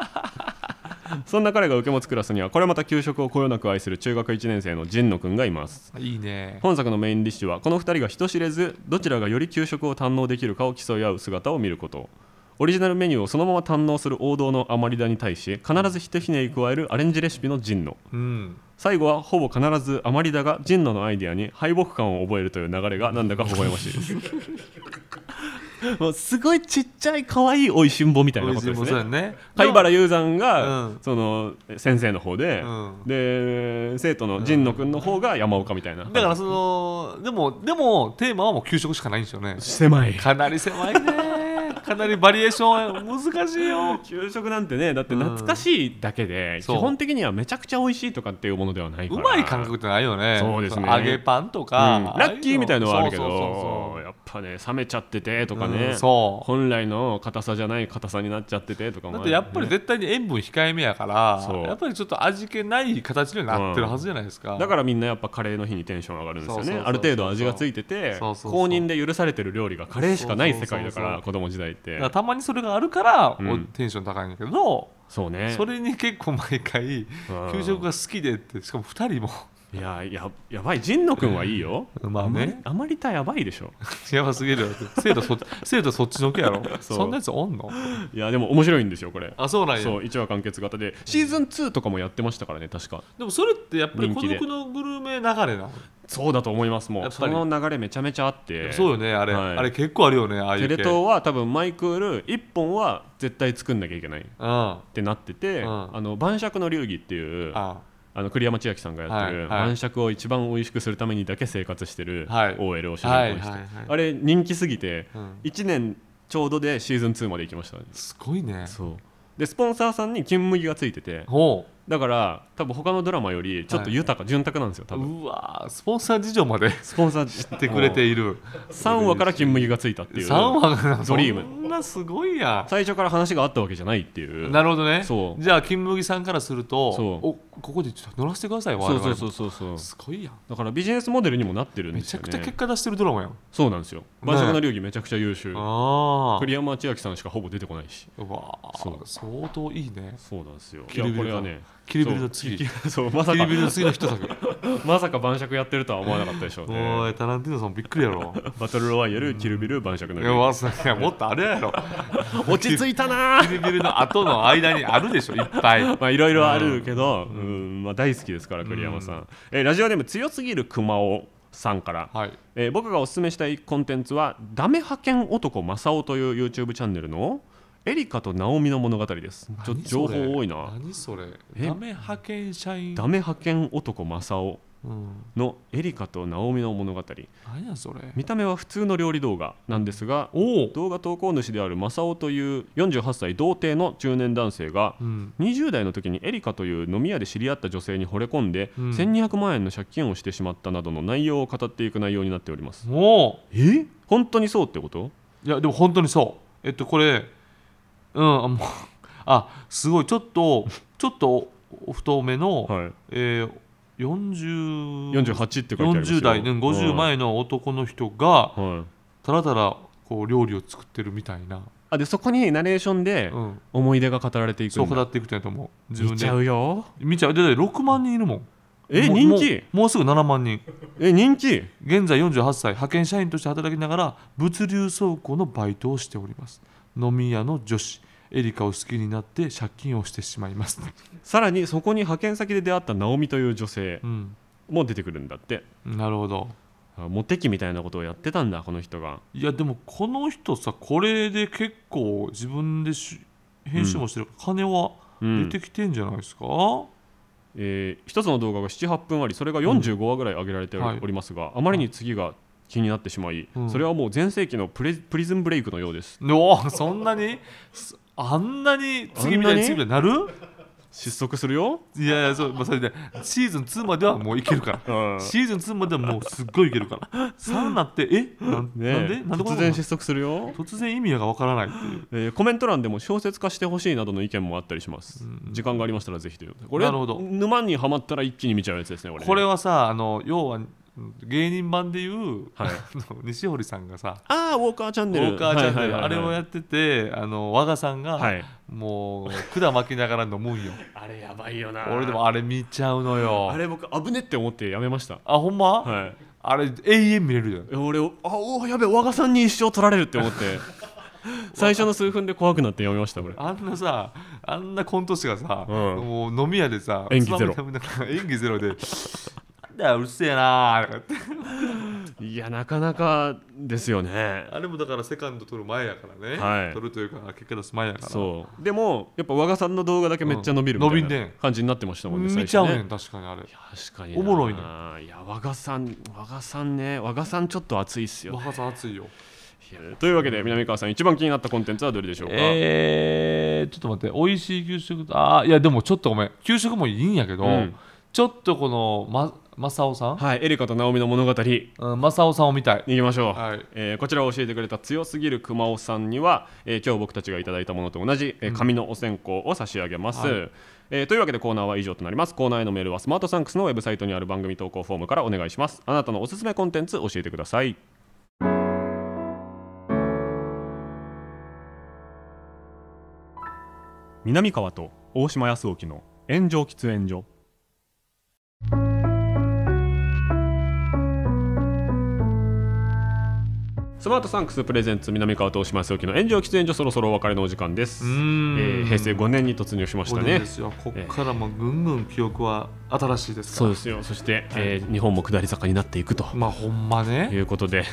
S2: そんな彼が受け持つクラスにはこれまた給食をこよなく愛する中学1年生の神野くんがいます
S3: いいね
S2: 本作のメインディッシュはこの2人が人知れずどちらがより給食を堪能できるかを競い合う姿を見ることオリジナルメニューをそのまま堪能する王道のアマリダに対し必ずひとひねり加えるアレンジレシピの神野
S3: うん
S2: 最後はほぼ必ずアマリダが神野のアイデアに敗北感を覚えるという流れがなんだか微笑ましいですもうすごいちっちゃい可愛いおいしんぼみたいな
S3: 美
S2: こ
S3: 味
S2: と
S3: しい
S2: です
S3: もんそうや
S2: ね
S3: ね
S2: 貝原雄山が、
S3: うん
S2: その先生の方で、
S3: うん
S2: で生徒の神野くんの方が山岡みたいな、
S3: だからそのでもでもテーマはもう給食しかないんですよね
S2: 狭い
S3: かなり狭いねかなりバリエーション難しいよ
S2: 給食なんてねだって懐かしいだけで、基
S3: そう
S2: 本的にはめちゃくちゃ美味しいとかっていうものではないか
S3: う
S2: ら
S3: まい感覚ってないよね
S2: そうですね
S3: の揚げパンと
S2: うん
S3: か、
S2: ラッキーみたいのはあるけど
S3: そうそう
S2: やっぱね冷めちゃっててと
S3: そ
S2: か
S3: う
S2: ね、
S3: うんそう
S2: 本来の硬さじゃない硬さになっちゃっててとかも
S3: だ
S2: あ
S3: っ
S2: る
S3: て
S2: よ
S3: や
S2: ね
S3: っぱり絶対に塩分控えめやから、
S2: そう
S3: やっぱりちょっと味気ない形にはなってるはずじゃないですか、
S2: だからみんなやっぱカレーの日にテンション上がるんですよ
S3: そうそ
S2: ね
S3: うそうそう
S2: ある程度味がついてて
S3: そうそうそう
S2: 公認で許されてる料理がカレーしかない世界だか
S3: そうそうそうそ
S2: ら
S3: う
S2: 子供時代って
S3: だからたまにそれがあるから、
S2: うん
S3: おテンション高いんだけど、
S2: そうね
S3: それに結構毎回
S2: うん
S3: 給食が好きでってしかも2人も
S2: いやややばい神野くんはいいよ
S3: まあね
S2: あまりたやばいでしょ
S3: やばすぎるよって生徒そ生徒そっちのけやろ
S2: そう
S3: そんなやつおんの
S2: いやでも面白いんですよこれ
S3: あそうなんや
S2: そう1話完結型でシーズン2とかもやってましたからね確か
S3: でもそれってやっぱり
S2: 人
S3: 孤
S2: 気で
S3: 独のグルメ流れなの、
S2: そうだと思いますも
S3: や
S2: う
S3: っぱ
S2: そ
S3: り
S2: の流れめちゃめちゃあって
S3: そうよねあれ、
S2: はい
S3: あれ結構あるよねああいう
S2: テ
S3: 系
S2: レ東は多分マイクール1本は絶対作んなきゃいけない
S3: うんあ
S2: ってなってて、
S3: うん
S2: あの晩酌の流儀っていうあ
S3: あ
S2: の栗山千明さんがやってる、
S3: はいはい
S2: 晩酌を一番美味しくするためにだけ生活してる
S3: はい
S2: OL を主人公にして、
S3: はいはいはい
S2: あれ人気すぎて、
S3: うん
S2: 1年ちょうどでシーズン2まで行きましたね
S3: すごいね
S2: そうでスポンサーさんに金麦がついてて
S3: ほ
S2: だから多分他のドラマよりちょっと豊か、潤沢なんですよ
S3: う
S2: 多分
S3: うわースポンサー事情まで
S2: スポンサー知っ
S3: してくれている
S2: 3話から金麦がついたっていう
S3: 3話がな
S2: ドリーム
S3: そんなすごいや
S2: 最初から話があったわけじゃないっていうん
S3: なるほどね
S2: そう
S3: じゃあ金麦さんからすると
S2: そう
S3: おここでちょっと乗らせてください我
S2: そう
S3: 々
S2: そう
S3: も
S2: そうそうそう
S3: すごいやん
S2: だからビジネスモデルにもなってるん
S3: め
S2: です
S3: ちゃ
S2: よね
S3: くちゃ結果出してるドラマやん、
S2: そうなんですよ晩酌の流儀めちゃくちゃ優秀
S3: ああ
S2: 栗山千明さんしかほぼ出てこないし
S3: うわー
S2: そう
S3: 相当いいね
S2: そうなんですよい
S3: キ
S2: や
S3: ルビ
S2: こ
S3: ル
S2: れ
S3: だ
S2: はね
S3: キルビルの次
S2: そ
S3: キ
S2: う そうまさ
S3: ル
S2: か
S3: ビルの次の 一作
S2: まさか晩酌やってるとは思わなかったでしょう
S3: お
S2: ね
S3: いタランティーノさんびっくりや ろ
S2: バトルロワイヤルキルビル晩酌の
S3: い
S2: 流
S3: や
S2: 儀
S3: わあそいやもっとあれやろ
S2: 落ち着いたな
S3: キルビルの後の間にあるでしょいっぱい
S2: まあいろいろあるけど、うんまあ、大好きですから栗山さん、えーラジオネーム強すぎる熊尾さんから、
S3: はい
S2: えー僕がおすすめしたいコンテンツは「ダメ派遣男正雄」という YouTube チャンネルのエリカとナオミの物語ですちょっと情報多いな
S3: 何それ
S2: え
S3: ダメ派遣社員
S2: ダメ派遣男正雄
S3: うん
S2: のエリカとナオミの物語
S3: 何やそれ
S2: 見た目は普通の料理動画なんですが
S3: おお
S2: 動画投稿主である正雄という48歳童貞の中年男性が
S3: うん
S2: 20代の時にエリカという飲み屋で知り合った女性に惚れ込んで、
S3: うん
S2: 1200万円の借金をしてしまったなどの内容を語っていく内容になっております
S3: おお
S2: え本当にそうってこと
S3: いやでも本当にそうえっとこれうんあもうあすごいちょっ とちょっとお太めの、
S2: はい
S3: えー、40
S2: 48って書いてありますよ
S3: 40代、うん、50前の男の人が
S2: はい、はい
S3: たらたらこう料理を作ってるみたいな、
S2: あでそこにナレーションで
S3: うん、
S2: 思い出が語られていく
S3: そうん語
S2: だ
S3: っていくとやと思う自
S2: 見
S3: 分
S2: ち
S3: で
S2: ゃうよ
S3: 見ちゃうで6万人いるもん
S2: え
S3: もう
S2: 人気
S3: もうもうすぐ7万人
S2: え人気
S3: 現在48歳派遣社員として働きながら物流倉庫のバイトをしております飲み屋の女子エリカを好きになって借金をしてしまいます、
S2: さらにそこに派遣先で出会ったナオミという女性
S3: うん、
S2: も出てくるんだって
S3: なるほど
S2: あモテ期みたいなことをやってたんだこの人が
S3: いやでもこの人さこれで結構自分でし編集もしてるから金は
S2: うん
S3: 出てきてんじゃないですか、
S2: えー一つの動画が78分ありそれが45話ぐらい上げられて
S3: はい
S2: おりますが、あまりに次が気になってしまい、
S3: うん
S2: それはもう全盛期のプレプリズンブレイクのようです
S3: おーそんなにすあんなに次みたいに次みたいになる
S2: 失速するよ、
S3: いやいやそう、まあ、それでシーズン2まではもういけるから
S2: うん
S3: シーズン2まではもうすっごいいけるから3になってえなん,、
S2: ね
S3: なん
S2: え
S3: でなんでこ
S2: 突
S3: んな
S2: 然
S3: こ
S2: 失
S3: と
S2: 速するよ、
S3: 突然意味がわからないっていう
S2: えーコメント欄でも小説化してほしいなどの意見もあったりします、
S3: うん
S2: 時間がありましたらぜひということでこれ
S3: なるほど
S2: 沼にはまったら一気に見ちゃうやつですねこれね
S3: これはさあの要はうん芸人版でいう、
S2: はい
S3: あの西堀さんがさ
S2: ああウォーカーチャン
S3: ウ
S2: ネル
S3: ォーカーチャンネルあれをや
S2: っ
S3: っててあの和賀さんが、
S2: はい
S3: もう管巻きながら飲むんよ
S2: あれやばいよな
S3: 俺でもあれ見ちゃうのよ
S2: あれ僕危ねって思ってやめました
S3: あほんま、
S2: はい
S3: あれ永遠見れるよ
S2: え俺をあおーやべえ和賀さんに一生取られるって思って 最初の数分で怖くなってやめましたこれ
S3: あんなさあんなコント師がさ、
S2: うん
S3: もう飲み屋でさ
S2: 演技ゼロ
S3: つまみ食べながら演技ゼロでなんだようるせえなーとかって
S2: いやなかなかですよね
S3: あれもだからセカンド撮る前やからね、
S2: はい
S3: 撮るというか結果出す前やから
S2: そうでもやっぱ和賀さんの動画だけめっちゃ伸びる
S3: うん
S2: みたい
S3: 伸びん
S2: な
S3: ね
S2: 感じになってましたもんね
S3: 見
S2: 最
S3: ちゃ
S2: 初
S3: うね
S2: ね
S3: ん確かにあれ
S2: 確かに
S3: おもろい
S2: ねいや和賀さん和賀さんね和賀さんちょっと熱いっすよ
S3: 若さ熱いよ
S2: いやというわけで南川さん一番気になったコンテンツはどれでしょうか、
S3: えー、ちょっと待って美味しい給食とあーいやでもちょっとごめん給食もいいんやけど、
S2: うん
S3: ちょっとこのま正雄さん、
S2: はいエリカとナオミの物語
S3: うん、正雄さんを見たい
S2: 行きましょう、
S3: はい
S2: えーこちらを教えてくれた強すぎる熊尾さんには、えー今日僕たちがいただいたものと同じ、えー紙のお線香を差し上げます、
S3: はい
S2: えーというわけでコーナーは以上となりますコーナーへのメールはスマートサンクスのウェブサイトにある番組投稿フォームからお願いしますあなたのおすすめコンテンツ教えてください南川と大島康沖の炎上喫煙所スマートサンクスプレゼンツ南川と大島康沖の炎上喫煙所そろそろお別れのお時間です、
S3: う
S2: え
S3: ーん
S2: ー平成5年に突入しました
S3: 5
S2: ね
S3: 年ですよこっからもぐんぐん記憶は新しいですか
S2: そう
S3: ら
S2: ですよそして、えー日本も下り坂になっていくと
S3: まあほんま
S2: い
S3: ね
S2: うことで、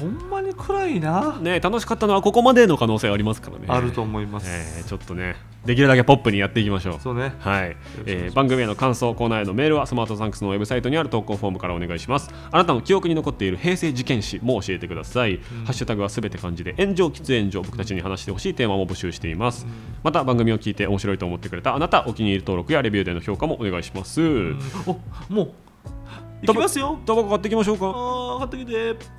S3: ほんまに暗いな、
S2: ね、楽しかったのはここまでの可能性ありますからね
S3: あると思います、
S2: えーちょっとねできるだけポップにやっていきましょう
S3: そうね
S2: はい
S3: ろしくお願いしま、す
S2: えー番組への感想コーナーへのメールはスマートサンクスのウェブサイトにある投稿フォームからお願いしますあなたの記憶に残っている平成事件史も教えてください、ハッシュタグはすべて漢字で炎上喫煙所僕たちに話してほしいテーマも募集しています、また番組を聞いて面白いと思ってくれたあなたお気に入り登録やレビューでの評価もお願いします、
S3: おもう行きますよ
S2: タバコ買っていきましょうか
S3: あー買ってきて